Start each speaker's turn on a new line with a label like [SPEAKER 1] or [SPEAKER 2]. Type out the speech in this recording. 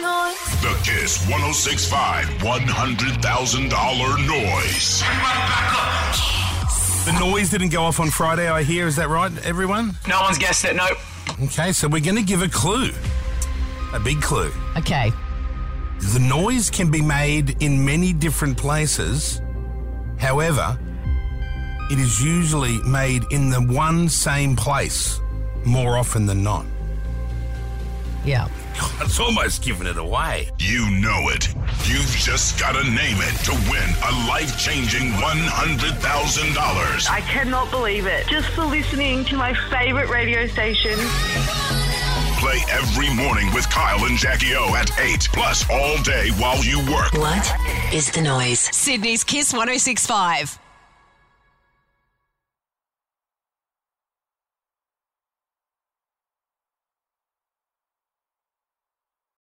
[SPEAKER 1] The Kiss 1065 $100,000 noise.
[SPEAKER 2] The noise didn't go off on Friday, I hear. Is that right, everyone?
[SPEAKER 3] No one's guessed it. Nope.
[SPEAKER 2] Okay, so we're going to give a clue. A big clue.
[SPEAKER 4] Okay.
[SPEAKER 2] The noise can be made in many different places. However, it is usually made in the one same place more often than not.
[SPEAKER 4] Yeah.
[SPEAKER 2] It's almost giving it away.
[SPEAKER 1] You know it. You've just got to name it to win a life changing $100,000.
[SPEAKER 5] I cannot believe it. Just for listening to my favorite radio station.
[SPEAKER 1] Play every morning with Kyle and Jackie O at 8, plus all day while you work.
[SPEAKER 6] What is the noise?
[SPEAKER 7] Sydney's Kiss 1065.